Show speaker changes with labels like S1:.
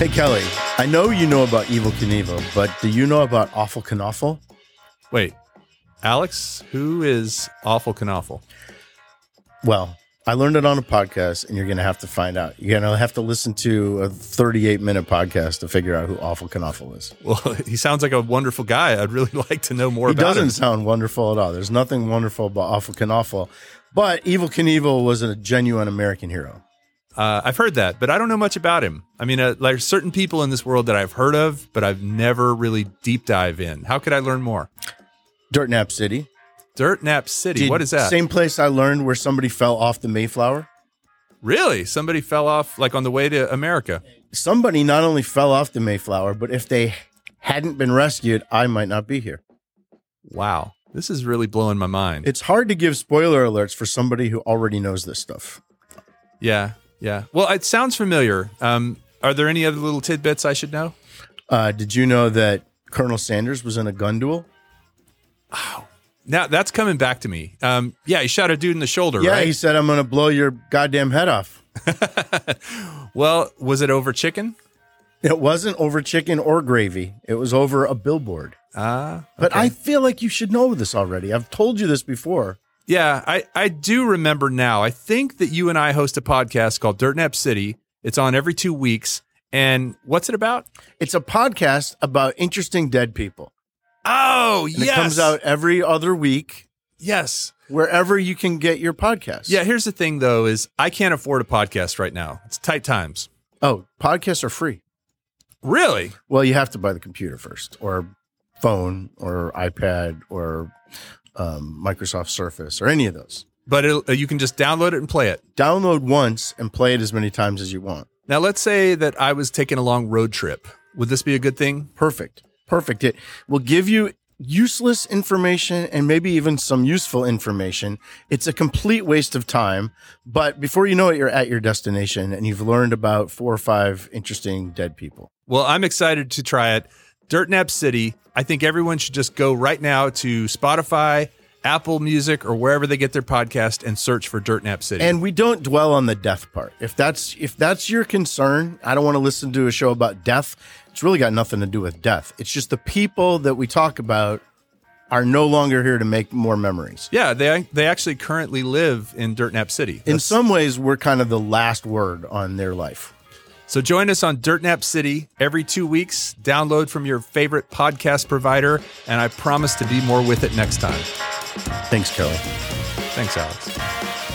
S1: Hey, Kelly, I know you know about Evil Knievel, but do you know about Awful Knawful?
S2: Wait, Alex, who is Awful Knawful?
S1: Well, I learned it on a podcast, and you're going to have to find out. You're going to have to listen to a 38 minute podcast to figure out who Awful Knawful is.
S2: Well, he sounds like a wonderful guy. I'd really like to know more
S1: He
S2: about
S1: doesn't
S2: him.
S1: sound wonderful at all. There's nothing wonderful about Awful Knawful, but Evil Knievel was a genuine American hero.
S2: Uh, I've heard that, but I don't know much about him. I mean, uh, there's certain people in this world that I've heard of, but I've never really deep dive in. How could I learn more?
S1: Dirt Nap City.
S2: Dirt Nap City.
S1: Dude,
S2: what is that?
S1: Same place I learned where somebody fell off the Mayflower.
S2: really? Somebody fell off like on the way to America.
S1: Somebody not only fell off the Mayflower, but if they hadn't been rescued, I might not be here.
S2: Wow. This is really blowing my mind.
S1: It's hard to give spoiler alerts for somebody who already knows this stuff.
S2: yeah. Yeah. Well, it sounds familiar. Um, are there any other little tidbits I should know?
S1: Uh, did you know that Colonel Sanders was in a gun duel?
S2: Now that's coming back to me. Um, yeah, he shot a dude in the shoulder,
S1: Yeah,
S2: right?
S1: he said, I'm going to blow your goddamn head off.
S2: Well, was it over chicken?
S1: It wasn't over chicken or gravy, it was over a billboard.
S2: Ah,
S1: But I feel like you should know this already. I've told you this before.
S2: yeah. I I do remember now. I think that you and I host a podcast called Dirt Nap City. It's on every two weeks. And what's it about?
S1: It's a podcast about interesting dead people.
S2: Oh,
S1: And
S2: yes.
S1: It comes out every other week,
S2: Yes.
S1: wherever you can get your podcast.
S2: Yeah. Here's the thing, though, is I can't afford a podcast right now. It's tight times.
S1: Oh, podcasts are free.
S2: Really?
S1: Well, you have to buy the computer first, or phone, or iPad, or um, Microsoft Surface, or any of those.
S2: But it'll, you can just download it and play it.
S1: Download once and play it as many times as you want.
S2: Now, let's say that I was taking a long road trip. Would this be a good thing?
S1: Perfect. Perfect. It will give you useless information and maybe even some useful information. It's a complete waste of time. But before you know it, you're at your destination and you've learned about four or five interesting dead people.
S2: Well, I'm excited to try it. Dirt Nap City. I think everyone should just go right now to Spotify, Apple Music, or wherever they get their podcast and search for Dirt Nap City.
S1: And we don't dwell on the death part. If that's if that's your concern, I don't want to listen to a show about death. It's really got nothing to do with death. It's just the people that we talk about are no longer here to make more memories.
S2: yeah, they they actually currently live in Dirt Nap City.
S1: In
S2: That's-
S1: some ways, we're kind of the last word on their life.
S2: so join us on Dirt Nap City every two weeks. Download from your favorite podcast provider, and I promise to be more with it next time.
S1: Thanks, Kelly.
S2: Thanks, Alex.